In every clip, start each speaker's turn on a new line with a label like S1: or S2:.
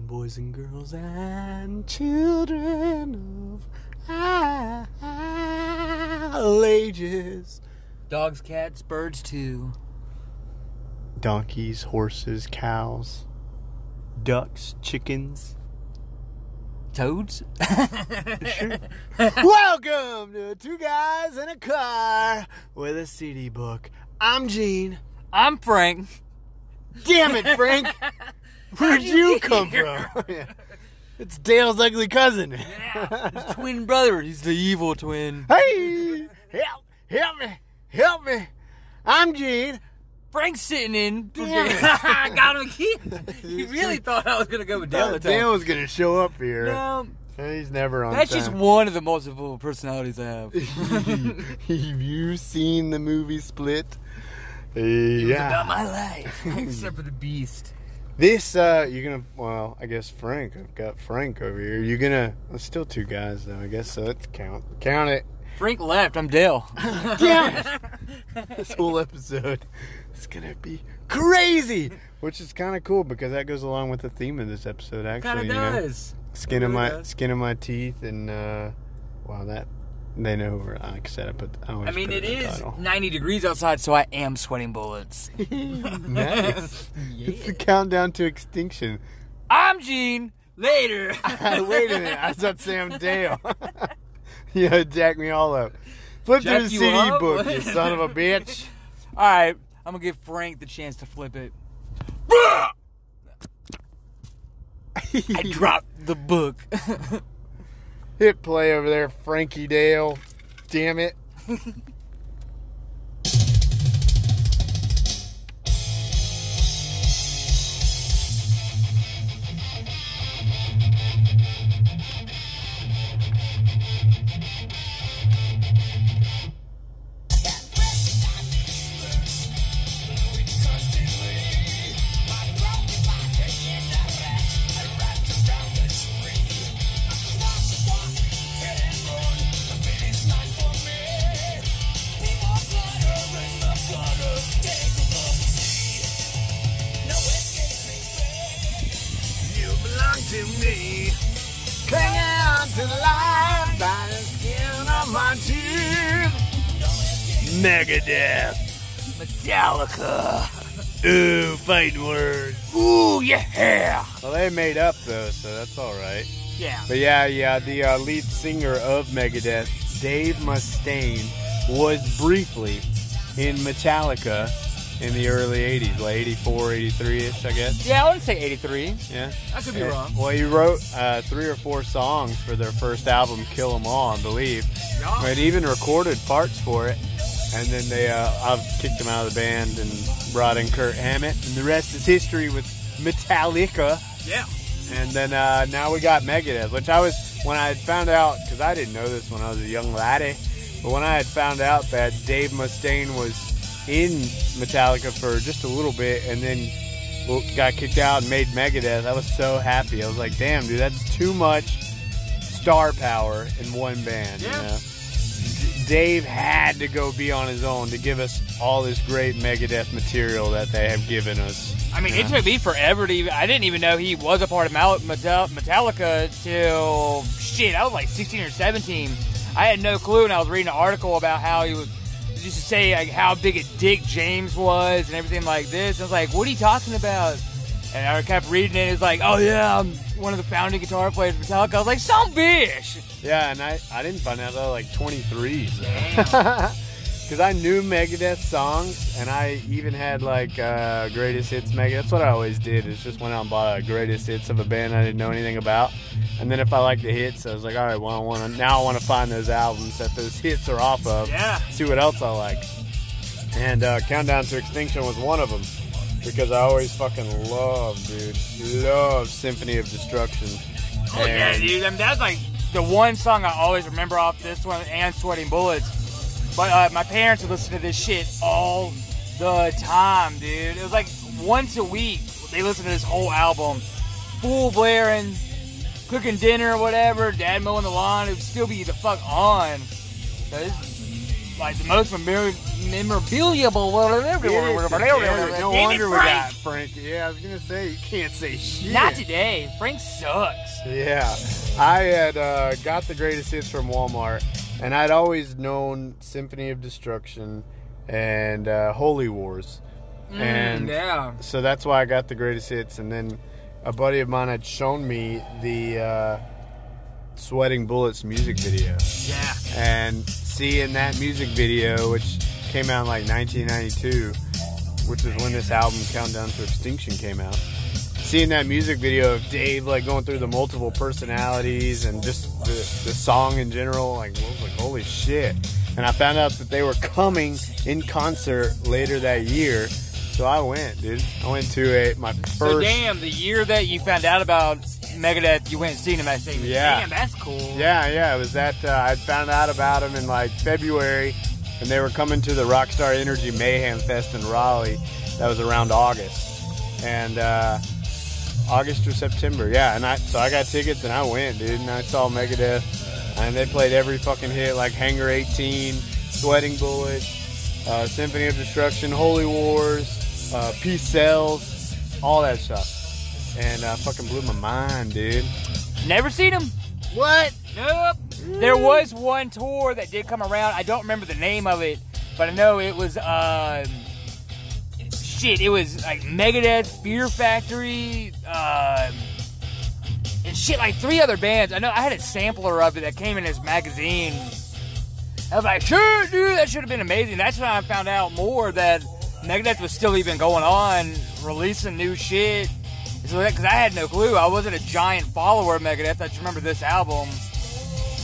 S1: boys and girls and children of all ages.
S2: Dogs, cats, birds too.
S1: Donkeys, horses, cows, ducks, chickens.
S2: Toads?
S1: Sure. Welcome to Two Guys in a Car with a CD book. I'm Gene.
S2: I'm Frank.
S1: Damn it, Frank! Where'd
S2: you
S1: you
S2: get
S1: come
S2: here?
S1: from? Yeah. It's Dale's ugly cousin.
S2: His twin brother. He's the evil twin.
S1: Hey! Help! Help me! Help me! I'm Gene.
S2: Frank's sitting in. for
S1: Damn
S2: Dale.
S1: it.
S2: I got him again. You really thought I was gonna go with Dale
S1: Dale,
S2: the time.
S1: was Uh, gonna show up here.
S2: No,
S1: And He's never on
S2: that's
S1: time.
S2: just one of the multiple personalities I have.
S1: Have you seen the movie Split? Yeah.
S2: About my life, except for the beast.
S1: This uh you're gonna well, I guess Frank. I've got Frank over here. You're gonna it's still two guys though, I guess so let's count count it.
S2: Frank left. I'm Dale.
S1: Damn it! this whole episode is gonna be crazy! Which is kinda cool because that goes along with the theme of this episode
S2: Kind
S1: actually. you
S2: of
S1: know?
S2: does.
S1: Skin of
S2: Really
S1: my
S2: does.
S1: skin of my teeth and uh wow that they know where I said I put I, always
S2: I mean,
S1: put
S2: it
S1: it in the
S2: is
S1: title.
S2: 90 degrees outside, so I am sweating bullets.
S1: nice. It's the countdown to extinction.
S2: I'm Gene. Later.
S1: Hey, Wait a minute. I thought Sam Dale. yeah, jack me all up. Flip
S2: Jack
S1: through the
S2: you
S1: CD
S2: up?
S1: book, you son of a bitch.
S2: All right, I'm gonna give Frank the chance to flip it. I dropped the book.
S1: Hit play over there, Frankie Dale. Damn it. You belong to me. Hang out to life by the skin of my teeth. Megadeth.
S2: Metallica.
S1: Ooh, fighting words.
S2: Ooh yeah.
S1: Well, they made up though, so that's all right.
S2: Yeah.
S1: But yeah, yeah, the uh, lead singer of Megadeth, Dave Mustaine, was briefly in Metallica in the early 80s, like 84, 83 ish, I guess.
S2: Yeah, I want to say 83.
S1: Yeah.
S2: I could be
S1: And-
S2: wrong.
S1: Well, he wrote uh, three or four songs for their first album, Kill 'Em All, I believe.
S2: Yeah.
S1: But even recorded parts for it. And then they, uh, I've kicked him out of the band and brought in Kurt Hammett. And the rest is history with Metallica.
S2: Yeah.
S1: And then uh, now we got Megadeth, which I was when I had found out because I didn't know this when I was a young laddie, but when I had found out that Dave Mustaine was in Metallica for just a little bit and then well, got kicked out and made Megadeth, I was so happy. I was like, "Damn, dude, that's too much star power in one band." You
S2: Yeah.
S1: know? D- Dave had to go be on his own to give us all this great Megadeth material that they have given us.
S2: I mean,
S1: Yeah.
S2: it took me forever to even. I didn't even know he was a part of Mal- Metal- Metallica till shit. I was like 16 or 17. I had no clue, and I was reading an article about how he was just to say like how big a dick James was and everything like this. I was like, what are you talking about? And I kept reading it. It's like, oh yeah, I'm one of the founding guitar players of Metallica. I was like, some bitch.
S1: Yeah, and I, I didn't find out that like 23. so.
S2: Damn.
S1: Because I knew Megadeth songs, and I even had like uh, greatest hits Megadeth. That's what I always did. Is just went out and bought a greatest hits of a band I didn't know anything about, and then if I liked the hits, I was like, all right, well, I want to now I want to find those albums that those hits are off of.
S2: Yeah.
S1: See what else I like. And uh, Countdown to Extinction was one of them because I always fucking love, dude, love Symphony of Destruction.
S2: Oh yeah,
S1: And-
S2: dude. I mean, that's like the one song I always remember off this one and Sweating Bullets. But uh, my parents would listen to this shit all the time, dude. It was like once a week they listened to this whole album, full blaring, cooking dinner or whatever. Dad mowing the lawn. It would still be the fuck on. So this is like the most memori- memorabilia.
S1: No wonder we
S2: Frank.
S1: got Frank. Yeah, I was gonna say you can't say shit.
S2: Not today. Frank sucks.
S1: Yeah, I had uh, got the greatest hits from Walmart, and I'd always known Symphony of Destruction and uh, Holy Wars, and
S2: Mm, yeah.
S1: so that's why I got the greatest hits. And then a buddy of mine had shown me the uh, Sweating Bullets music video,
S2: Yeah.
S1: and seeing that music video, which came out in like 1992, which was when this album Countdown to Extinction came out. Seeing that music video of Dave like going through the multiple personalities and just the, the song in general, like I was like holy shit! And I found out that they were coming in concert later that year, so I went, dude. I went to a my first.
S2: So damn, the year that you found out about Megadeth, you went and seen him at St.
S1: Yeah.
S2: Damn, that's cool.
S1: Yeah, yeah, it was that uh, I found out about them in like February, and they were coming to the Rockstar Energy Mayhem Fest in Raleigh. That was around August, and uh, August or September, yeah. And I so I got tickets and I went, dude, and I saw Megadeth, and they played every fucking hit like Hangar 18, Sweating Bullets, uh, Symphony of Destruction, Holy Wars, uh, Peace Cells, all that stuff. And uh, fucking blew my mind, dude.
S2: Never seen him.
S1: What?
S2: Nope. There was one tour that did come around. I don't remember the name of it, but I know it was um shit. It was like Megadeth, Fear Factory, um and shit like three other bands. I know I had a sampler of it that came in this magazine. I was like, sure, dude, that should have been amazing. That's when I found out more that Megadeth was still even going on, releasing new shit. So because I had no clue, I wasn't a giant follower of Megadeth. I just remember this album.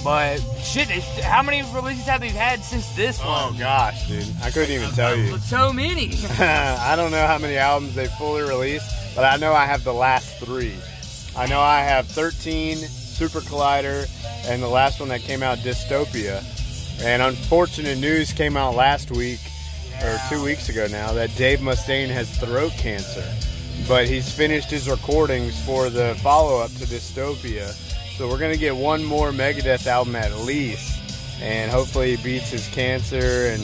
S2: But shit, it's- how many releases have they had since this
S1: Oh
S2: one?
S1: gosh, dude, I couldn't even tell you.
S2: So many.
S1: I don't know how many albums they fully released, but I know I have the last three. I know I have 13, Super Collider, and the last one that came out, Dystopia. And unfortunate news came out last week, or two weeks ago now, that Dave Mustaine has throat cancer. But he's finished his recordings for the follow up to Dystopia. So we're going to get one more Megadeth album at least. And hopefully he beats his cancer and,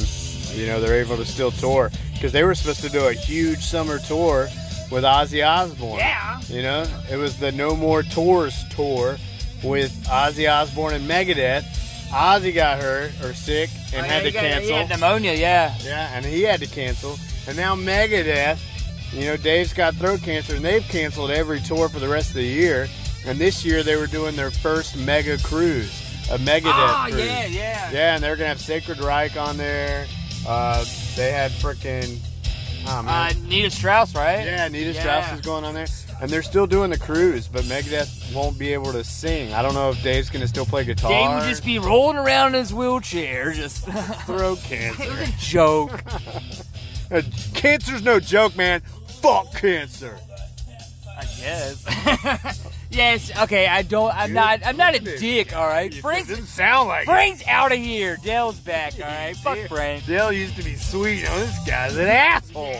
S1: you know, they're able to still tour. Because they were supposed to do a huge summer tour with Ozzy Osbourne.
S2: Yeah.
S1: You know, it was the No More Tours tour with Ozzy Osbourne and Megadeth. Ozzy got hurt or sick and had to cancel.
S2: Oh, Yeah, pneumonia. Yeah.
S1: yeah, and he had to cancel. And now Megadeth, you know, Dave's got throat cancer and they've canceled every tour for the rest of the year. And this year they were doing their first mega cruise, a Megadeth
S2: Ah,
S1: cruise.
S2: yeah, yeah.
S1: Yeah, and they're gonna have Sacred Reich on there. Uh, they had freaking, oh man,
S2: Uh, Nita Strauss, right?
S1: yeah, Nita
S2: Yeah.
S1: Strauss is going on there. And they're still doing the cruise, but Megadeth won't be able to sing. I don't know if Dave's going to still play guitar.
S2: Dave would just be rolling around in his wheelchair, just. it
S1: throat cancer.
S2: was a joke.
S1: Uh, Cancer's no joke, man. Fuck cancer.
S2: I guess. yes. Okay. I don't. I'm not. I'm not a dick. All right. Frank's
S1: doesn't sound like
S2: Frank's out of here. Dale's back. All right. Fuck Frank.
S1: Dale used to be sweet. Oh, this guy's an asshole.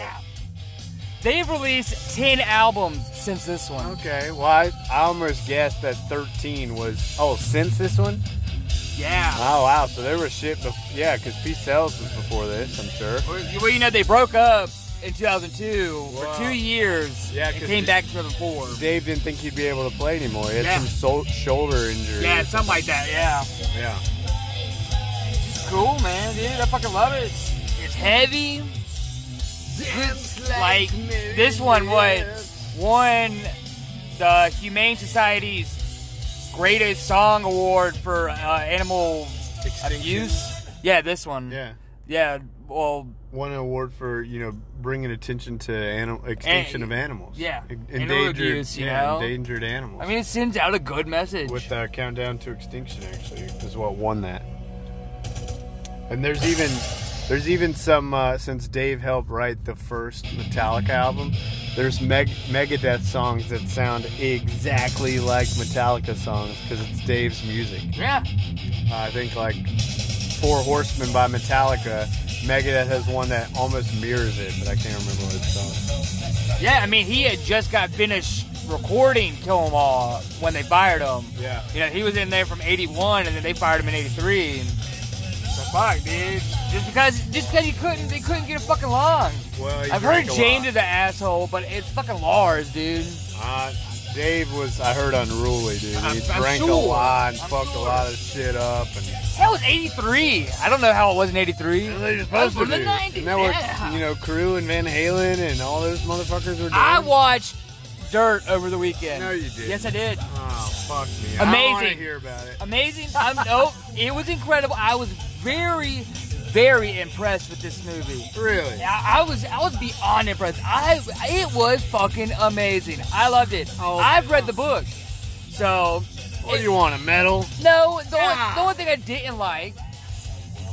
S2: They've released ten albums since this one.
S1: Okay, well, I, I almost guessed that 13 was. Oh, since this one?
S2: Yeah.
S1: Oh, wow. So there was shit. Bef- yeah, because Peace Cells was before this, I'm sure.
S2: Well, you- well, you know they broke up in 2002
S1: Wow.
S2: for two years.
S1: Yeah,
S2: And
S1: 'cause
S2: came
S1: you-
S2: back in 2004.
S1: Dave didn't think he'd be able to play anymore. He had
S2: Yeah.
S1: some so- shoulder injury.
S2: Yeah, something like that. Yeah.
S1: Yeah.
S2: cool, man, dude. I fucking love it. It's heavy. Like this one was won the Humane Society's greatest song award for uh, animal use. Yeah, this one.
S1: Yeah.
S2: Yeah. Well,
S1: Won an award for, you know, bringing attention to animal extinction of animals.
S2: yeah.
S1: En-
S2: Animal
S1: Endangered,
S2: abuse, you
S1: yeah,
S2: know?
S1: endangered animals.
S2: I mean, it sends out a good message.
S1: with uh, Countdown to Extinction, actually, is what won that. And there's even there's even some uh, since Dave helped write the first Metallica album. There's Meg- Megadeth songs that sound exactly like Metallica songs because it's Dave's music.
S2: yeah.
S1: I think like Four Horsemen by Metallica. Megadeth has one that almost mirrors it, but I can't remember what it's called.
S2: Yeah. I mean, he had just got finished recording Kill 'Em All when they fired him.
S1: Yeah.
S2: You know, he was in there from 81 and then they fired him in 83. So fuck, dude? Just because just because he couldn't they couldn't get a fucking lung.
S1: Well, he
S2: I've heard
S1: drank a
S2: James
S1: lot.
S2: is an asshole, but it's fucking Lars, dude.
S1: Uh, Dave was, I heard, unruly, dude. He
S2: I'm- I'm
S1: drank a
S2: sure.
S1: lot and
S2: I'm
S1: fucked a
S2: sure.
S1: lot of shit up. And,
S2: Hell, it's 83. I don't know how it was in 83.
S1: And they
S2: That was from Oh, the 90s.
S1: And that was,
S2: yeah.
S1: you know, Crew and Van Halen and all those motherfuckers were doing.
S2: I watched Dirt over the weekend.
S1: No, you didn't.
S2: Yes, I did.
S1: Oh, fuck me. I want to
S2: Amazing.
S1: hear about it.
S2: Amazing. I'm, no, it was incredible. I was very, very impressed with this movie.
S1: Really?
S2: I, I was I was beyond impressed. I it was fucking amazing. I loved it.
S1: Oh.
S2: I've read the book, so
S1: What, you want a medal?
S2: no. The,
S1: Yeah.
S2: one, the one thing I didn't like,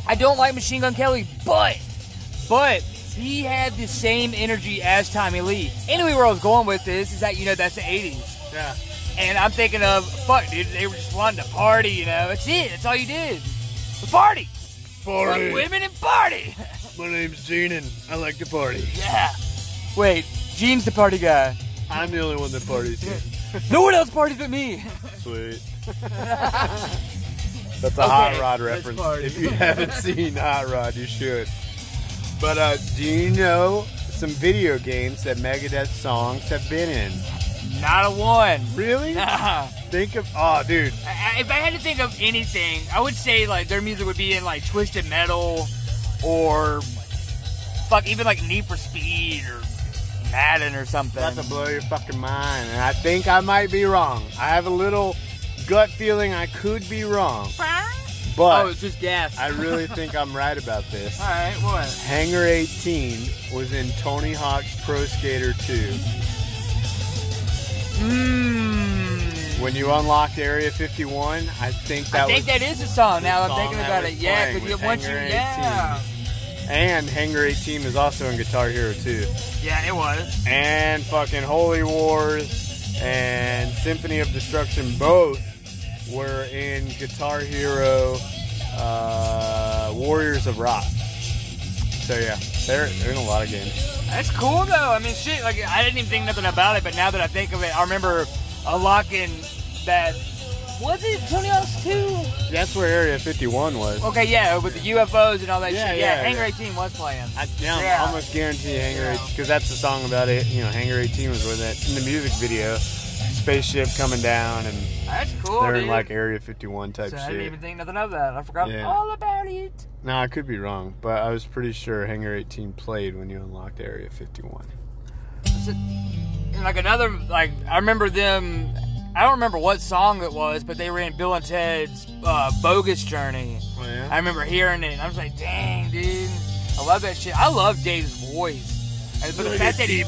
S2: I don't like Machine Gun Kelly, but but he had the same energy as Tommy Lee. Anyway, where I was going with this is that you know that's the '80s,
S1: Yeah.
S2: and I'm thinking of fuck, dude. They were just wanting to party, you know. That's it. That's all you did. The party.
S1: Party.
S2: Women and party.
S1: My name's Gene and I like to party.
S2: yeah. Wait, Gene's the party guy.
S1: I'm the only one that parties here.
S2: No one else parties but me.
S1: Sweet. That's a hot
S2: Okay,
S1: rod
S2: let's
S1: reference.
S2: party.
S1: If you haven't seen Hot Rod, you should. But uh, do you know some video games that Megadeth songs have been in?
S2: Not a one.
S1: Really?
S2: Nah.
S1: Think of oh, dude,
S2: I- I- If I had to think of anything, I would say like their music would be in like Twisted Metal or fuck even like Need for Speed or Madden or something.
S1: about to blow your fucking mind, and I think I might be wrong. I have a little gut feeling I could be wrong,
S2: oh,
S1: but
S2: it's just gas.
S1: I really think I'm right about this.
S2: All right, what?
S1: Hangar 18 was in Tony Hawk's Pro Skater 2.
S2: Mmm.
S1: When you unlocked Area 51, I think Hmm. that
S2: I think
S1: was,
S2: that is a song. Now
S1: the
S2: I'm thinking
S1: song
S2: about
S1: that
S2: it.
S1: was
S2: Yeah,
S1: playing
S2: because you
S1: with
S2: once you
S1: Hangar 18.
S2: yeah,
S1: and Hangar 18 is also in Guitar Hero 2,
S2: yeah, it was.
S1: and fucking Holy Wars and Symphony of Destruction both were in Guitar Hero uh, Warriors of Rock. So yeah, they're, they're in a lot of games.
S2: That's cool though. I mean, shit. Like I didn't even think nothing about it, but now that I think of it, I remember unlocking that. Was it Tony Hawk's 2?
S1: That's where Area 51 was.
S2: Okay, yeah, with the UFOs and all that
S1: Yeah,
S2: shit.
S1: yeah,
S2: Yeah, Hangar
S1: yeah.
S2: 18 was playing.
S1: I, yeah,
S2: Yeah.
S1: I almost guarantee Hangar
S2: Yeah.
S1: 18 because that's the song about it. You know, Hangar 18 was where that in the music video, spaceship coming down, and
S2: That's cool,
S1: they're in
S2: dude.
S1: like Area 51 type
S2: so I didn't
S1: shit.
S2: even think nothing of that. I forgot
S1: Yeah.
S2: all about it.
S1: No, I could be wrong, but I was pretty sure Hangar 18 played when you unlocked Area 51.
S2: Is it- and, like another, like I remember them. I don't remember what song it was, but they were in Bill and Ted's uh, Bogus Journey.
S1: Oh,
S2: I remember hearing it, and I was like, "Dang, dude, I love that shit. I love Dave's voice, And- but the fact that he,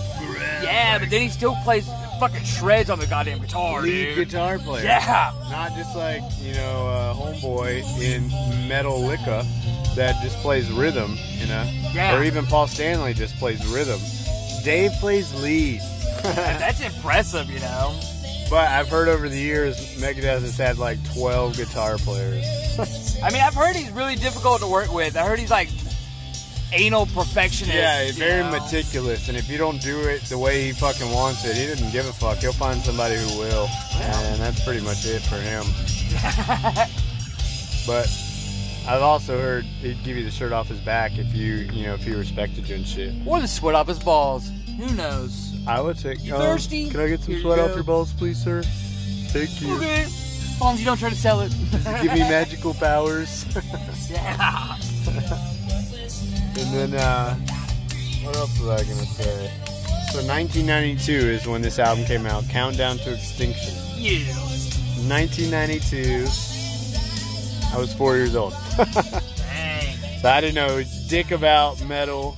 S2: yeah, but then he still plays fucking shreds on the goddamn guitar,
S1: lead
S2: dude.
S1: guitar player.
S2: Yeah,
S1: Not just like, you know, uh, Homeboy in Metal Licka that just plays rhythm, you know?
S2: Yeah.
S1: Or even Paul Stanley just plays rhythm. Dave plays lead.
S2: that's impressive, you know.
S1: But I've heard over the years, Megadeth has had like 12 guitar players.
S2: I mean, I've heard he's really difficult to work with. I heard he's like anal perfectionist.
S1: Yeah,
S2: you
S1: very
S2: know?
S1: meticulous. And if you don't do it the way he fucking wants it, he doesn't give a fuck. He'll find somebody who will. And that's pretty much it for him. but I've also heard he'd give you the shirt off his back if you, you know, if he respected you and shit.
S2: Or the sweat off his balls. Who knows?
S1: I would take.
S2: You thirsty?
S1: Can I get some
S2: Here you
S1: sweat off
S2: go.
S1: your balls, please, sir? Thank you.
S2: Okay. As long as you don't try to sell it.
S1: Give me magical powers.
S2: yeah.
S1: And then, uh, what else was I gonna say? So 1992 is when this album came out. Countdown to Extinction.
S2: Yeah.
S1: 1992. I was four years old, so
S2: Dang.
S1: I didn't know dick about metal.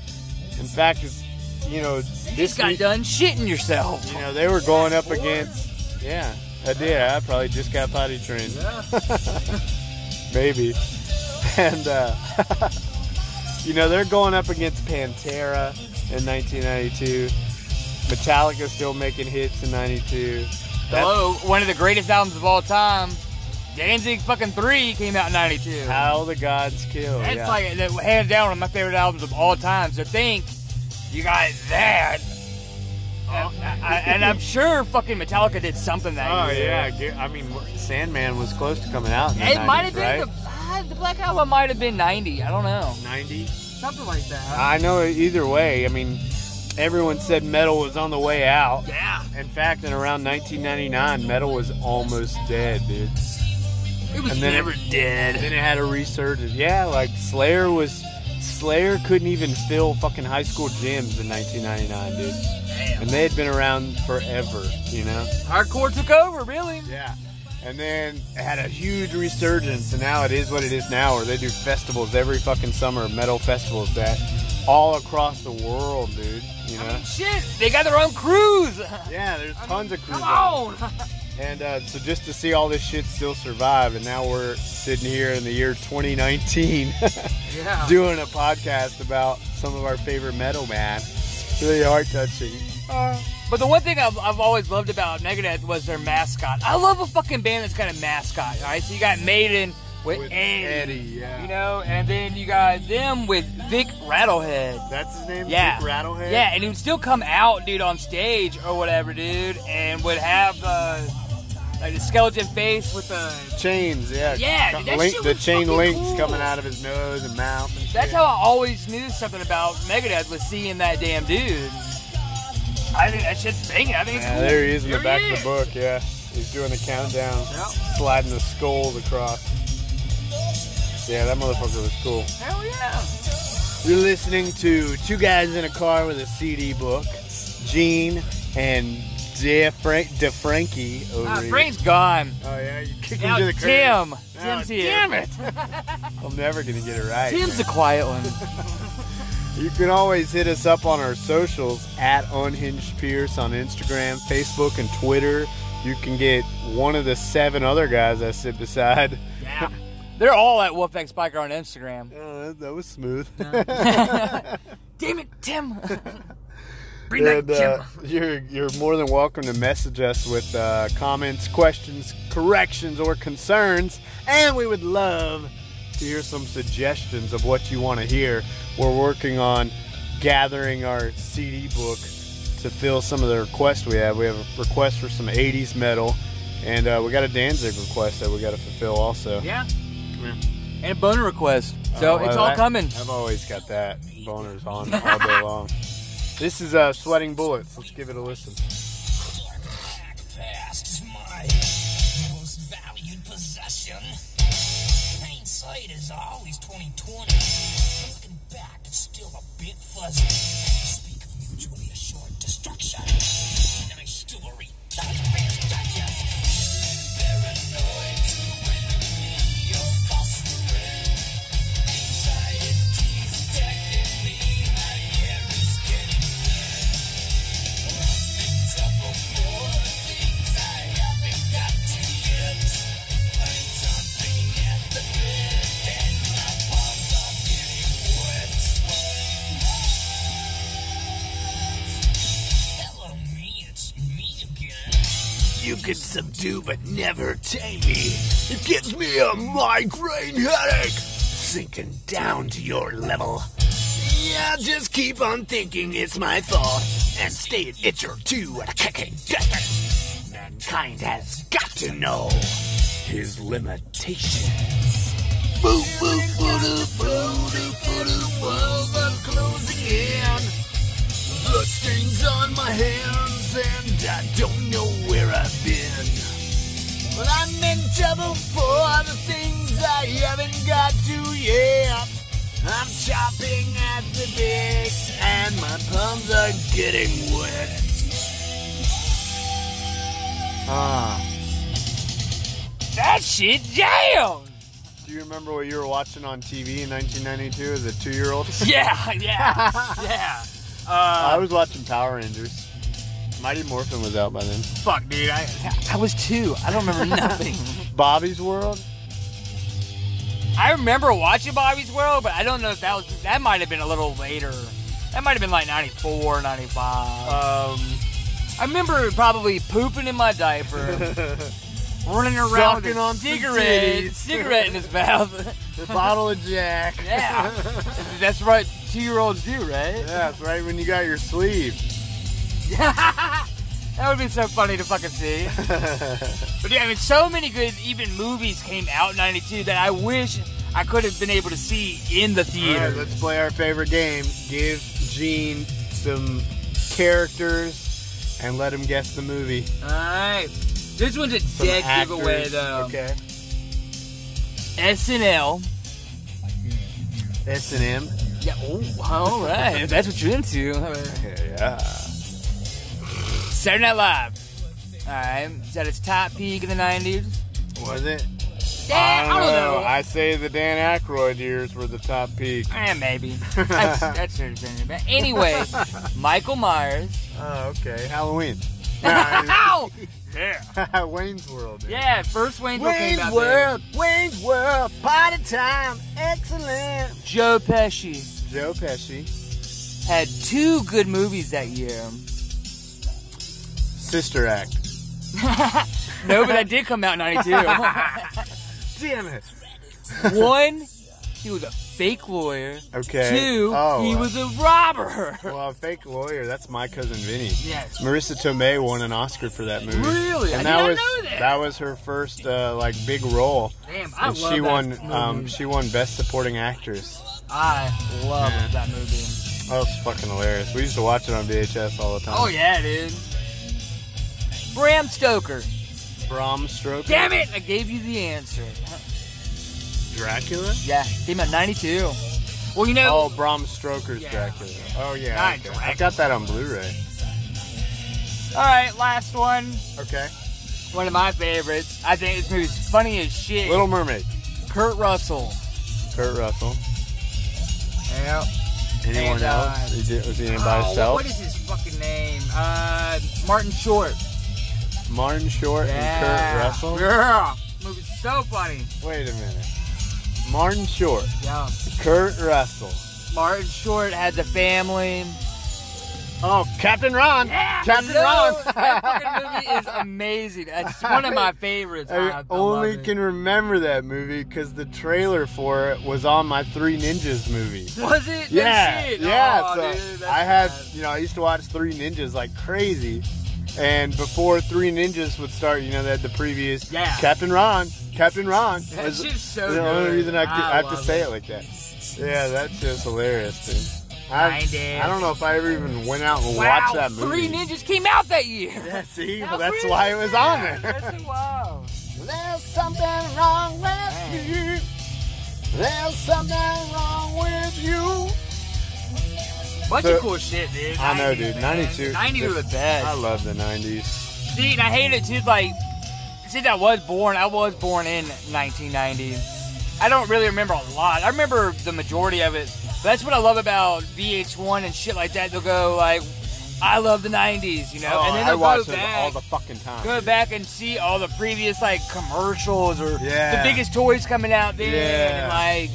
S1: In fact, it's, you know,
S2: This
S1: this
S2: got
S1: week-
S2: done shitting yourself.
S1: you know, they were going up against. Yeah, I did. I probably just got potty trained. Maybe. And, uh, you know, they're going up against Pantera in 1992. Metallica still making hits in 92. That's
S2: Hello, one of the greatest albums of all time. Danzig fucking 3 came out in 92.
S1: how the gods kill.
S2: That's
S1: Oh, yeah.
S2: like, that, hands down, one of my favorite albums of all time. So think you got that.
S1: Oh.
S2: And, I, and I'm sure fucking Metallica did something that
S1: oh,
S2: year.
S1: yeah. I mean, Sandman was close to coming out. In the
S2: It might have
S1: 90s,
S2: been
S1: right?
S2: the. I, the Black Album might have been 90. I don't know.
S1: 90?
S2: Something like that.
S1: I know either way. I mean, everyone said metal was on the way out.
S2: yeah.
S1: In fact, in around 1999, metal was almost dead, dude.
S2: It was
S1: And then it-
S2: never dead.
S1: Then it had a resurgence. Yeah, like Slayer was. Slayer couldn't even fill fucking high school gyms in 1999, dude.
S2: Damn.
S1: And they had been around forever, you know?
S2: Hardcore took over, really.
S1: Yeah. And then it had a huge resurgence, and now it is what it is now, where they do festivals every fucking summer, metal festivals that all across the world, dude. You know?
S2: Shit, they got their own cruise.
S1: Yeah, there's tons of cruise
S2: Come
S1: lines.
S2: on.
S1: And uh, so just to see all this shit still survive, and now we're sitting here in the year 2019
S2: yeah.
S1: doing a podcast about some of our favorite metal, man. It's really heart touching.
S2: But the one thing I've, I've always loved about Megadeth was their mascot. I love a fucking band that's got a mascot, all right? So you got Maiden with,
S1: With
S2: Eddie,
S1: Eddie, yeah.
S2: you know, and then you got them with Vic Rattlehead.
S1: That's his name?
S2: Yeah.
S1: Dick Rattlehead?
S2: Yeah, and he would still come out, dude, on stage or whatever, dude, and would have uh, like the skeleton face with the.
S1: Chains, yeah.
S2: Yeah, dude, that
S1: Link-
S2: shit
S1: the
S2: was
S1: chain
S2: fucking
S1: links
S2: cool.
S1: coming out of his nose and mouth. And
S2: That's
S1: shit.
S2: how I always knew something about Megadeth was seeing that damn dude. I think that shit's banging. I think it's
S1: Yeah,
S2: cool.
S1: there he is in the
S2: There
S1: back
S2: he
S1: of
S2: is.
S1: the book, yeah. He's doing the countdown,
S2: Yep.
S1: sliding the skulls across. Yeah, that motherfucker was cool.
S2: Hell yeah.
S1: You're listening to two guys in a car with a CD book, Gene and DeFrank DeFrankie over
S2: Uh,
S1: here.
S2: Brain's gone.
S1: Oh yeah, you kicked
S2: Now
S1: him to the curb.
S2: Tim.
S1: Now
S2: Tim's here.
S1: Damn it! I'm never gonna get it right.
S2: Tim's the quiet one.
S1: You can always hit us up on our socials at Unhinged Pierce on Instagram, Facebook, and Twitter. You can get one of the seven other guys I sit beside.
S2: yeah. They're all at WolfX Biker on Instagram.
S1: Uh, that- that was smooth.
S2: Damn it, Tim. Bring
S1: and
S2: that Tim.
S1: uh, you're you're more than welcome to message us with uh, comments, questions, corrections, or concerns, and we would love to hear some suggestions of what you want to hear. We're working on gathering our CD book to fill some of the requests we have. We have a request for some '80s metal, and uh, we got a Danzig request that we got to fulfill also.
S2: yeah. And a boner request.
S1: Oh,
S2: So
S1: well,
S2: it's all
S1: I-
S2: coming.
S1: I've always got that boners on all day long. This is uh, Sweating Bullets. Let's give it a listen.
S3: past is my most valued possession. Hindsight is always 2020. Looking back, it's still a bit fuzzy. Speak of mutually assured destruction. Nice story. That's a big digest. Paranoid to enemy, your false friend. Anxiety's stacking me. My hair is getting thin. You can subdue but never tame me. It gives me a migraine headache, sinking down to your level. Yeah, just keep on thinking it's my fault and stay an itch or two at a kicking distance. Mankind has got to know his limitations. Boo, boo, boo, doo, boo, doo, boo, doo, walls are closing in. Blood stains on my hands and I don't know where I've been. But I'm in trouble for the things I haven't got to yet. I'm chopping at the dick, and my palms are getting wet.
S1: Ah.
S2: That shit jam.
S1: Do you remember what you were watching on TV in 1992 as a two-year-old?
S2: Yeah, yeah, yeah. Uh,
S1: I was watching Power Rangers. Mighty Morphin was out by then.
S2: Fuck, dude. I, I was two. I don't remember nothing.
S1: Bobby's World.
S2: I remember watching Bobby's World, but I don't know if that was. That might have been a little later. That might have been like 94, 95.
S1: Um,
S2: I remember probably pooping in my diaper, running around with
S1: Sucking
S2: a
S1: on some
S2: cigarette,
S1: titties.
S2: cigarette in his mouth.
S1: the bottle of Jack.
S2: yeah, that's what two-year-olds do, right?
S1: Yeah, it's right when you got your sleeve.
S2: That would be so funny to fucking see. but yeah, I mean, so many good even movies came out in '92 that I wish I could have been able to see in the
S1: All right,
S2: theater.
S1: let's play our favorite game. Give Gene some characters and let him guess the movie.
S2: All right. This one's a
S1: Some
S2: dead
S1: actors.
S2: giveaway, though.
S1: Okay.
S2: SNL.
S1: S and M.
S2: Yeah. Oh, all right. If that's what you're into. all right.
S1: Yeah.
S2: Saturday Night Live. All right. It's at its top peak in the 90s.
S1: Was it?
S2: Yeah, Eh, I don't, know.
S1: I say the Dan Aykroyd years were the top peak.
S2: Eh, maybe. That's, that's what it's in. But anyway, Michael Myers.
S1: Oh, okay. Halloween.
S2: Ow! yeah.
S1: Wayne's World. dude.
S2: Yeah, first Wayne's World came
S1: Wayne's
S2: out there.
S1: World. Wayne's World. Party time. Excellent.
S2: Joe Pesci
S1: Joe Pesci.
S2: had two good movies that year.
S1: Sister Act.
S2: No, but that did come out in 92.
S1: Damn it.
S2: One, he was a fake lawyer.
S1: Okay.
S2: Two,
S1: oh,
S2: he
S1: uh,
S2: was a robber.
S1: Well, fake lawyer. That's my cousin Vinny.
S2: Yes.
S1: Marissa Tomei won an Oscar for that movie.
S2: Really? I
S1: And
S2: did not
S1: was
S2: know that.
S1: was her first uh, like big role.
S2: Damn, I
S1: and
S2: love
S1: she
S2: that
S1: won
S2: movie.
S1: um, she won best supporting actress.
S2: I love
S1: Yeah.
S2: that movie.
S1: That was fucking hilarious. We used to watch it on VHS all the time.
S2: Oh yeah, dude. Bram Stoker.
S1: Bram Stoker.
S2: Damn it! I gave you the answer.
S1: Dracula?
S2: Yeah, came out 92. Well, you know,
S1: Oh, Bram Stoker's
S2: Yeah.
S1: Dracula. Oh yeah.
S2: Not
S1: Okay.
S2: Dracula.
S1: I got that on Blu-ray.
S2: all right, last one.
S1: Okay.
S2: One of my favorites. I think this movie's funny as shit.
S1: Little Mermaid.
S2: Kurt Russell.
S1: Kurt Russell.
S2: Yeah.
S1: Anyone
S2: And, uh,
S1: else? Is it- was he in
S2: Oh,
S1: by
S2: what-
S1: himself?
S2: what is his fucking name? Uh, Martin Short.
S1: Martin Short and Kurt Russell.
S2: Yeah. Movie's so funny.
S1: Wait a minute. Martin Short,
S2: Yeah.
S1: Kurt Russell.
S2: Martin Short has a family.
S1: Oh, Captain Ron. Captain
S2: No,
S1: Ron.
S2: that fucking movie is amazing. It's one of my favorites.
S1: I only can remember that movie because the trailer for it was on my Three Ninjas movie.
S2: Was it? No
S1: Yeah,
S2: shit.
S1: yeah.
S2: Aw,
S1: so
S2: dude, that's
S1: I had,
S2: bad.
S1: you know, I used to watch Three Ninjas like crazy, and before Three Ninjas would start, you know, they had the previous
S2: Yeah.
S1: Captain Ron, Captain Ron.
S2: That
S1: was
S2: shit's so
S1: the only
S2: good.
S1: reason I, could,
S2: I
S1: I, have to
S2: love
S1: say
S2: it.
S1: it like that. Yeah, that's just hilarious, dude. I,
S2: Ninjas.
S1: I don't know if I ever even went out and
S2: wow,
S1: watched that movie.
S2: Three Ninjas came out that year.
S1: Yeah, see, but
S2: How
S1: that's
S2: weird
S1: why
S2: is
S1: it was on
S2: that?
S1: there.
S2: That's wow.
S1: There's something wrong with you. There's something wrong with you.
S2: Bunch
S1: So-
S2: of cool shit, dude.
S1: I know,
S2: 90s,
S1: dude.
S2: man.
S1: 92.
S2: 90 were the
S1: I
S2: best.
S1: love the 90s.
S2: See, and I hate it too. Like, since I was born, I was born in 1990. I don't really remember a lot. I remember the majority of it. But that's what I love about VH1 and shit like that. They'll go like, "I love the 90s," you know, and then
S1: Oh, I
S2: they'll go
S1: watch them
S2: back,
S1: all the fucking time.
S2: go back and see all the previous like commercials or
S1: Yeah.
S2: the biggest toys coming out then,
S1: Yeah.
S2: and like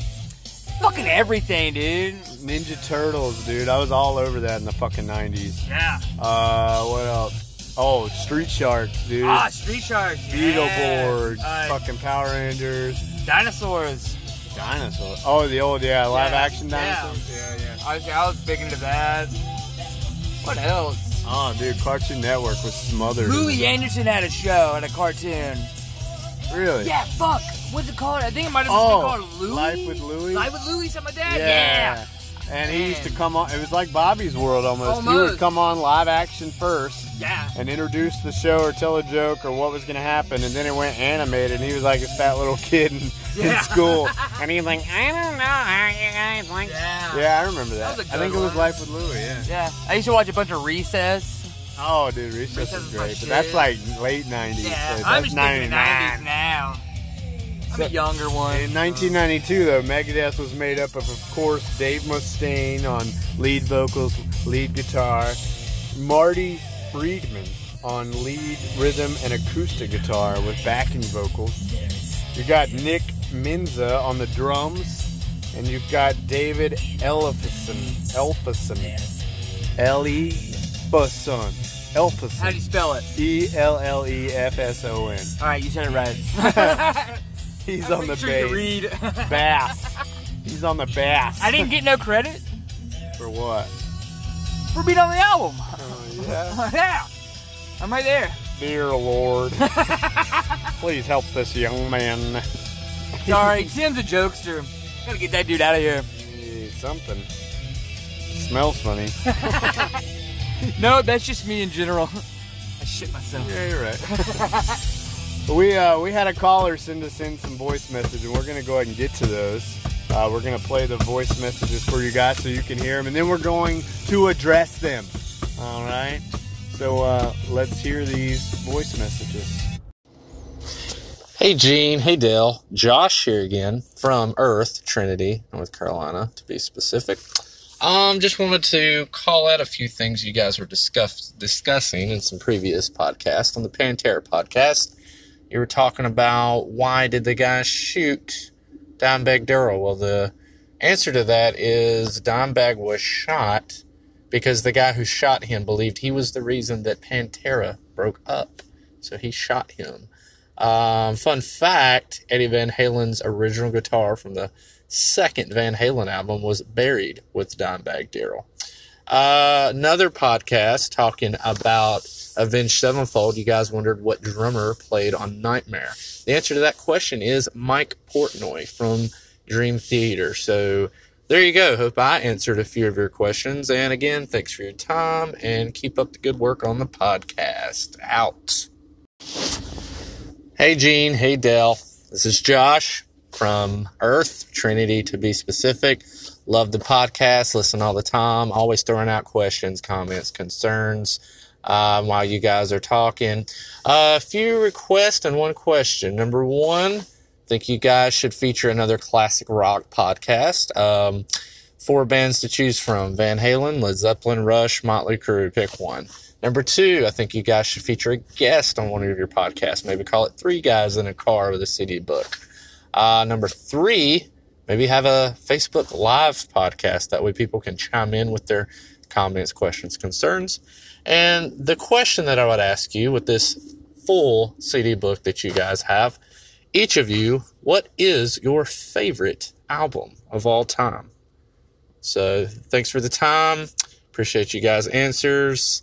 S2: fucking everything, dude.
S1: Ninja Turtles, dude. I was all over that in the fucking 90s.
S2: Yeah.
S1: Uh, what else? Oh, Street Sharks, dude.
S2: Ah, Street Sharks.
S1: Beetleborgs,
S2: yes. Uh,
S1: fucking Power Rangers,
S2: dinosaurs.
S1: dinosaurs. Oh, the old, yeah, live
S2: Yeah,
S1: action
S2: yeah.
S1: dinosaurs. Yeah, yeah.
S2: I was, I was big into that. What else?
S1: Oh, dude, Cartoon Network was smothered. in
S2: Louis Anderson had a show and a cartoon.
S1: it. Really?
S2: Yeah, fuck. What's it called? I think it might have just
S1: Oh,
S2: been called Louis.
S1: Life with Louie?
S2: Life with Louis, something like that.
S1: Yeah.
S2: Yeah.
S1: And he used to
S2: Man.
S1: come on. It was like Bobby's World almost. He would
S2: Almost.
S1: come on live action first
S2: Yeah.
S1: and introduce the show or tell a joke or what was going to happen, and then it went animated. And he was like a fat little kid in, in
S2: Yeah.
S1: school, and he's like, I don't know how you guys like.
S2: Yeah.
S1: Yeah, I remember that.
S2: That was a
S1: I think
S2: good
S1: it was
S2: one.
S1: Life with Louie. Yeah.
S2: Yeah. I used to watch a bunch of Recess.
S1: Oh, dude, Recess
S2: Recess
S1: is
S2: was my
S1: great, but
S2: shit.
S1: that's like late '90s.
S2: Yeah.
S1: so
S2: I'm
S1: that's
S2: just
S1: 99.
S2: thinking 90s now. I'm
S1: So-
S2: a younger one.
S1: In 1992, though, Megadeth was made up of, of course, Dave Mustaine on lead vocals, lead guitar, Marty Friedman on lead rhythm and acoustic guitar with backing vocals. You got Nick Minza on the drums, and you've got David Elfison, Elfison, L E Buson,
S2: How do you
S1: Elfison,
S2: spell it?
S1: E L L E F S O N.
S2: All right, you said it right.
S1: He's
S2: I'm
S1: on the
S2: pretty sure
S1: bass.
S2: you can read.
S1: bass. He's on the bass.
S2: I didn't get no credit
S1: For what?
S2: for being on the album.
S1: Oh, yeah.
S2: yeah, I'm right there.
S1: Dear Lord, please help this young man.
S2: Sorry, Tim's a jokester. Gotta get that dude out of here.
S1: Eh, something. Smells funny.
S2: No, that's just me in general. I shit myself.
S1: Yeah, you're right. we uh, we had a caller send us in some voice message, and we're gonna go ahead and get to those. Uh, we're gonna play the voice messages for you guys so you can hear them, and then we're going to address them. All right. So uh, let's hear these voice messages.
S4: Hey Gene, hey Dale, Josh here again from Earth Trinity, North Carolina, to be specific. Um, just wanted to call out a few things you guys were discuss- discussing in some previous podcasts on the Pantera podcast. You were talking about why did the guy shoot Dimebag Darrell? Well, the answer to that is Dimebag was shot because the guy who shot him believed he was the reason that Pantera broke up, so he shot him. Um, fun fact Eddie Van Halen's original guitar from the second Van Halen album was buried with Dimebag Daryl. Uh, another podcast talking about Avenged Sevenfold. You guys wondered what drummer played on Nightmare. The answer to that question is Mike Portnoy from Dream Theater. So there you go. Hope I answered a few of your questions. And again, thanks for your time and keep up the good work on the podcast. Out. Hey, Gene. Hey, Dale. This is Josh from Earth, Trinity to be specific. Love the podcast, listen all the time, always throwing out questions, comments, concerns uh, while you guys are talking. A few requests and one question. Number one, think you guys should feature another classic rock podcast. Um, four bands to choose from Van Halen, Led Zeppelin, Rush, Motley Crue. Pick one. Number two, I think you guys should feature a guest on one of your podcasts. Maybe call it Three Guys in a Car with a City Book. Uh, number three, maybe have a Facebook Live podcast. That way people can chime in with their comments, questions, concerns. And the question that I would ask you with this full CD book that you guys have each of you, what is your favorite album of all time? So thanks for the time. Appreciate you guys' answers.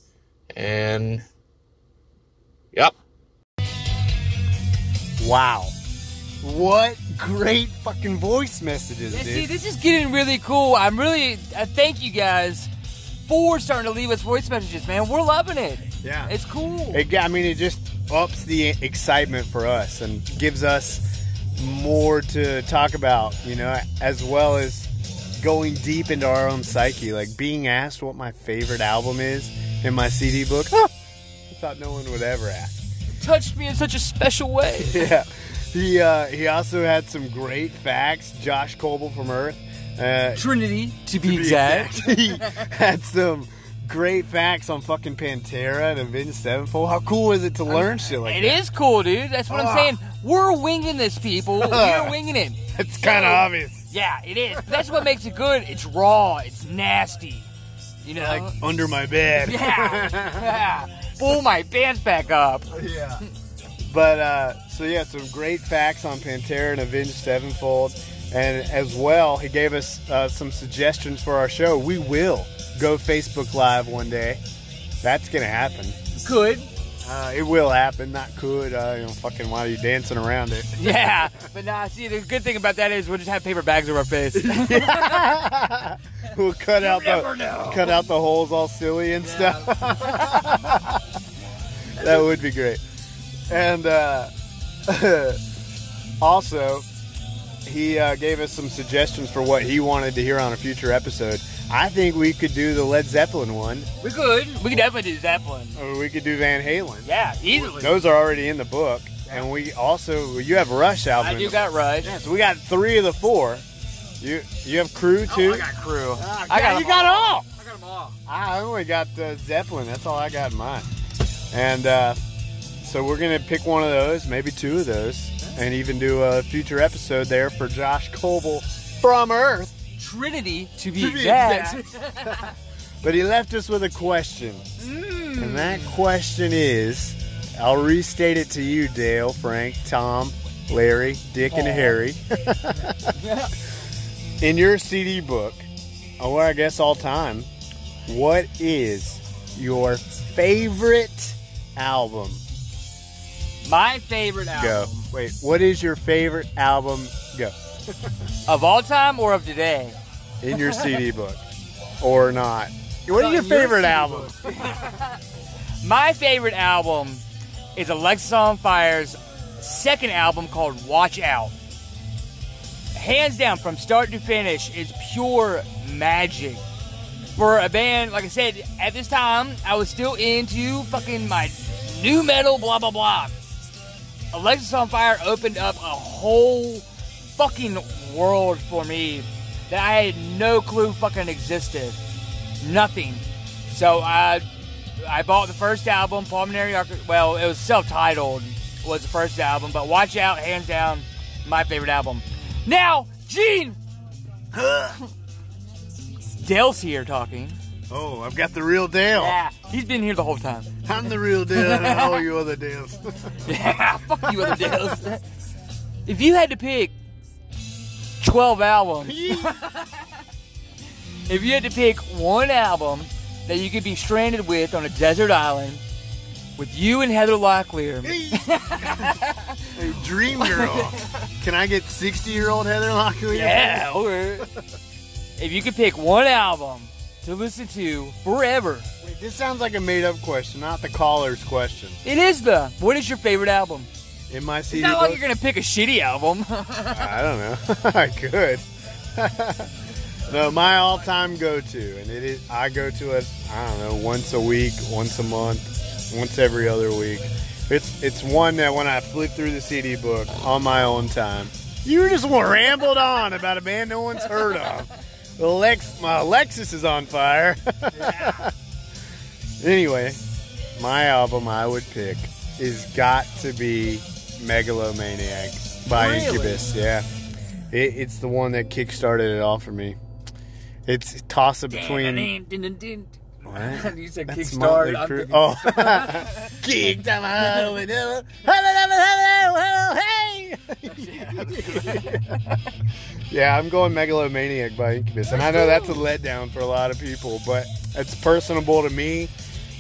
S4: And yep.
S1: Wow. What great fucking voice messages,
S2: Yeah,
S1: dude.
S2: see, this is getting really cool. I'm really, I thank you guys for starting to leave us voice messages, man. We're loving it.
S1: Yeah.
S2: It's cool.
S1: It, I mean, it just ups the excitement for us and gives us more to talk about, you know, as well as going deep into our own psyche. Like being asked what my favorite album is in my CD book, huh, I thought no one would ever ask.
S2: touched me in such a special way.
S1: Yeah. He, uh, he also had some great facts. Josh Coble from Earth. Uh,
S2: Trinity, to be, exact.
S1: he had some great facts on fucking Pantera and Avenged Sevenfold. How cool is it to learn shit like
S2: It
S1: that?
S2: is cool, dude. That's what
S1: Ah.
S2: I'm saying. We're winging this, people. We're winging it.
S1: It's kind of obvious.
S2: Yeah, it is. That's what makes it good. It's raw. It's nasty. You know?
S1: under my bed.
S2: yeah. yeah. Pull my pants back up.
S1: yeah. But uh, so yeah, some great facts on Pantera and Avenged Sevenfold, and as well, he gave us uh, some suggestions for our show. We will go Facebook Live one day. That's gonna happen.
S2: Good.
S1: Uh, it will happen. Not could. Uh, you know, fucking why are you dancing around it?
S2: Yeah. But nah, see, the good thing about that is we'll just have paper bags over our face.
S1: We'll cut out the cut out the holes all silly and stuff. that would be great. And uh, also, he uh, gave us some suggestions for what he wanted to hear on a future episode. I think we could do the Led Zeppelin one,
S2: We're good. We could definitely do Zeppelin.
S1: or we could do Van Halen.
S2: Yeah, easily.
S1: Those are already in the book, and we also you have Rush album.
S2: I
S1: in
S2: do
S1: the-
S2: got Rush.
S1: so we got three of the four. You you have Crew too.
S2: Oh, I got Crew.
S1: Ah,
S2: I got
S1: you
S2: them
S1: got all.
S2: I got them all.
S1: I only got the Zeppelin. That's all I got in mine. And uh, so we're gonna pick one of those, maybe two of those, and even do a future episode there for Josh Coble from Earth.
S2: Trinity, to be,
S1: To be
S2: exact.
S1: But he left us with a question, and that question is, I'll restate it to you, Dale, Frank, Tom, Larry, Dick, and Harry. in your CD book, or I guess all time, what is your favorite album?
S2: My favorite album.
S1: Go. Wait, what is your favorite album? Go
S2: Of all time or of today?
S1: in your CD book or not? What is your favorite album?
S2: My favorite album is Alexis on Fire's second album called Watch Out. Hands down, from start to finish, it's pure magic. For a band, like I said, at this time, I was still into fucking my new metal, blah, blah, blah. Alexis on Fire opened up a whole fucking world for me that I had no clue fucking existed. Nothing. So I I bought the first album, Pulmonary Arch- Well, it was self-titled was the first album, but Watch Out, hands down, my favorite album. Now, Gene, Dale's here talking.
S1: Oh, I've got the real Dale.
S2: Yeah, he's been here the whole time.
S1: I'm the real Dale and all you other Dales.
S2: Yeah, fuck you, other Dales. if you had to pick 12 albums, if you had to pick one album that you could be stranded with on a desert island with you and Heather Locklear.
S1: Dream girl. Can I get 60 year old Heather Locklear?
S2: Yeah, or if you could pick one album to listen to forever,
S1: Wait, this sounds like a made up question, not the caller's question.
S2: it is the what is your favorite album?
S1: In my
S2: It's
S1: CD
S2: not
S1: book,
S2: like you're gonna pick a shitty album.
S1: I don't know. I could. no, my all time go to, and it is I go to it. I don't know once a week, once a month, once every other week. It's it's one that when I flip through the CD book on my own time, you just rambled on about a band no one's heard of. Lex, my Lexus is on fire. anyway, my album I would pick is got to be Megalomaniac by
S2: Really?
S1: Incubus. Yeah, it, it's the one that kickstarted it all for me. It's a toss up between. What?
S2: you said
S1: That's
S2: Kickstarter.
S1: Motley
S2: I'm
S1: Crue.
S2: thinking-
S1: Oh, kick them out with hello, hello, hello, hello, hey. yeah, I'm going Megalomaniac by Incubus, and I know that's a letdown for a lot of people, but it's personable to me,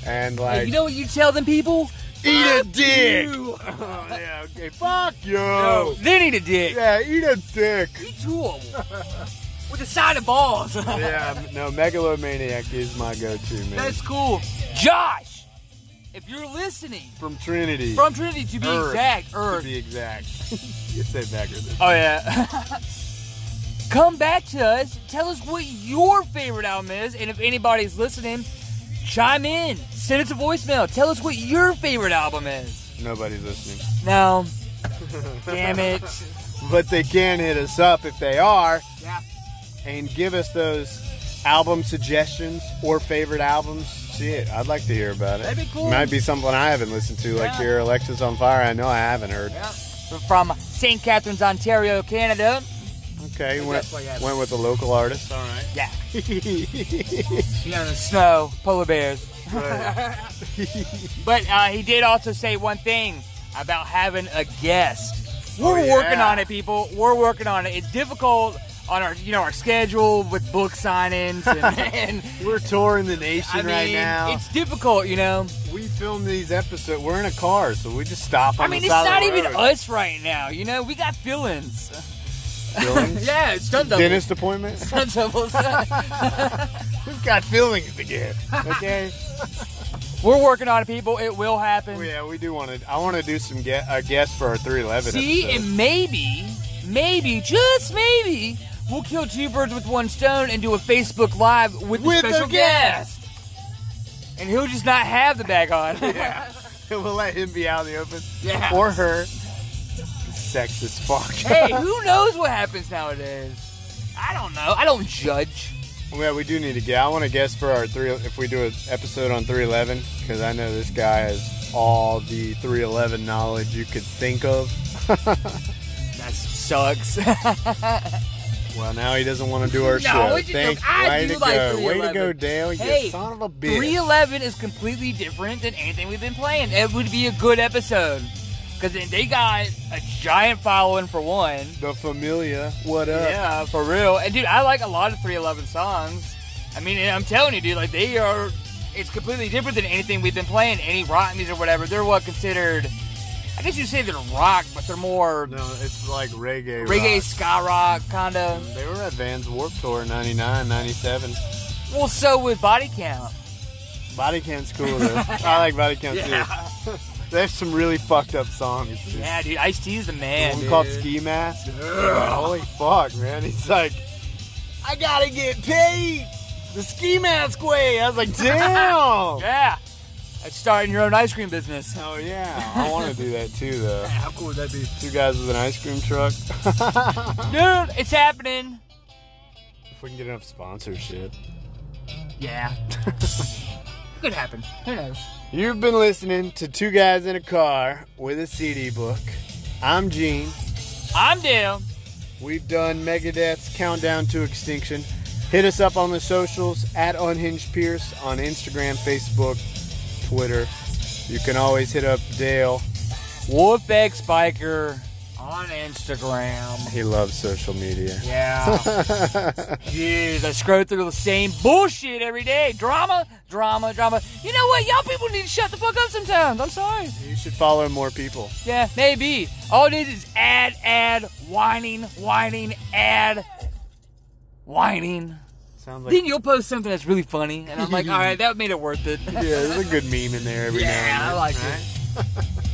S1: and
S2: Hey,
S1: like
S2: you know what you tell them people?
S1: eat a
S2: Fuck
S1: dick.
S2: you.
S1: Oh, yeah, okay, fuck you.
S2: No, they need a dick.
S1: Yeah, eat a dick.
S2: Eat two of them with a side of balls.
S1: Yeah, no, Megalomaniac is my go-to man
S2: That's cool. Josh, if you're listening
S1: from Trinity.
S2: from Trinity to be
S1: Earth,
S2: exact,
S1: to
S2: Earth.
S1: be exact. you said backwards.
S2: Oh yeah. Come back to us. Tell us what your favorite album is, and if anybody's listening, chime in. Send us a voicemail. Tell us what your favorite album is.
S1: Nobody's listening.
S2: No. Damn it.
S1: but they can hit us up if they are
S2: Yeah.
S1: and give us those album suggestions or favorite albums. Shit, I'd like to hear about it.
S2: That'd be cool.
S1: Might be something I haven't listened to, like
S2: Yeah.
S1: your Alexis on Fire. I know I haven't heard.
S2: We're from St. Catharines, Ontario, Canada.
S1: Okay, you went,
S2: that's what I have.
S1: went with a local artist. All right.
S2: Yeah. You know, the snow, polar bears. But uh, he did also say one thing about having a guest. We're
S1: Oh, yeah.
S2: working on it, people. We're working on it. It's difficult on our, you know, our schedule with book signings, and, and
S1: We're touring the nation
S2: I mean,
S1: right now.
S2: it's difficult, you know.
S1: We film these episodes. We're in a car, so we just stop on
S2: I mean,
S1: the
S2: it's
S1: side
S2: not
S1: of the
S2: even
S1: road.
S2: us right now, you know. We got feelings.
S1: Feelings?
S2: yeah, it's done double.
S1: Dentist appointments?
S2: Stunt doubles.
S1: We've got feelings again. Okay.
S2: We're working on it, people. It will happen.
S1: Well, Oh, yeah, we do want to. I want to do some get a guest for our 311.
S2: See,
S1: episode.
S2: and maybe, maybe, just maybe, we'll kill two birds with one stone and do a Facebook Live with,
S1: With
S2: the
S1: a
S2: special guest. And he'll just not have the bag on.
S1: yeah, we'll let him be out in the open.
S2: Yeah.
S1: or her. Sex as fuck.
S2: hey, who knows what happens nowadays? I don't know. I don't judge.
S1: yeah, we do need to get. I want to guess for our three. If we do an episode on 311, because I know this guy has all the 311 knowledge you could think of.
S2: That sucks.
S1: Well, now he doesn't want to do our show.
S2: it-
S1: Thank.
S2: look, I
S1: way
S2: do
S1: to
S2: like
S1: go. Way to
S2: 311.
S1: go, Dale. You
S2: Hey,
S1: son of a bitch.
S2: 311 is completely different than anything we've been playing. It would be a good episode. Because they got a giant following for one.
S1: the familia. What up?
S2: Yeah, for real. And dude, I like a lot of 311 songs. I mean, and I'm telling you, dude, like they are. It's completely different than anything we've been playing, any rock music or whatever. They're what considered I guess you'd say they're rock, but they're more
S1: No, it's like reggae.
S2: reggae,
S1: rock.
S2: ska rock, kind of.
S1: They were at Vans Warp Tour in 99, 97.
S2: Well, so with Body Count.
S1: Body Count's cool though. I like Body Count too. They have some really fucked up songs. dude.
S2: Yeah, dude, Ice T's the
S1: The
S2: man.
S1: one
S2: dude.
S1: called Ski Mask. Holy fuck, man. He's like, I gotta get paid the ski mask way. I was like, damn.
S2: Yeah, it's starting your own ice cream business.
S1: Oh yeah, I want to do that too though.
S3: How cool would that be?
S1: Two guys with an ice cream truck.
S2: Dude, it's happening.
S1: if we can get enough sponsorship.
S2: Yeah. Could happen. Who knows?
S1: You've been listening to Two Guys in a Car with a CD book. I'm Gene.
S2: I'm down.
S1: We've done Megadeth's Countdown to Extinction. Hit us up on the socials at Unhinged Pierce on Instagram, Facebook, Twitter. You can always hit up Dale.
S2: Wolfex Biker on Instagram.
S1: He loves social media.
S2: Yeah. Jeez, I scroll through the same bullshit every day. Drama, drama, drama. You know what? Y'all people need to shut the fuck up sometimes. I'm sorry.
S1: You should follow more people.
S2: Yeah, maybe. All it is is ad, ad, whining, whining, ad, whining.
S1: Sounds like
S2: Then you'll post something that's really funny, and I'm like, all right, that made it worth it.
S1: yeah, there's a good meme in there every now and
S2: yeah,
S1: then.
S2: I like it.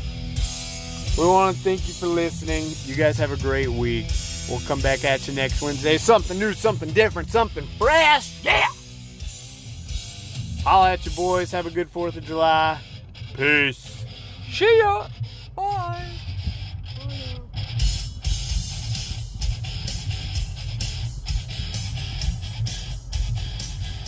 S1: We want to thank you for listening. You guys have a great week. We'll come back at you next Wednesday. Something new, something different, something fresh. Yeah. Holla at you boys. Have a good 4th of July. Peace.
S2: See ya. Bye.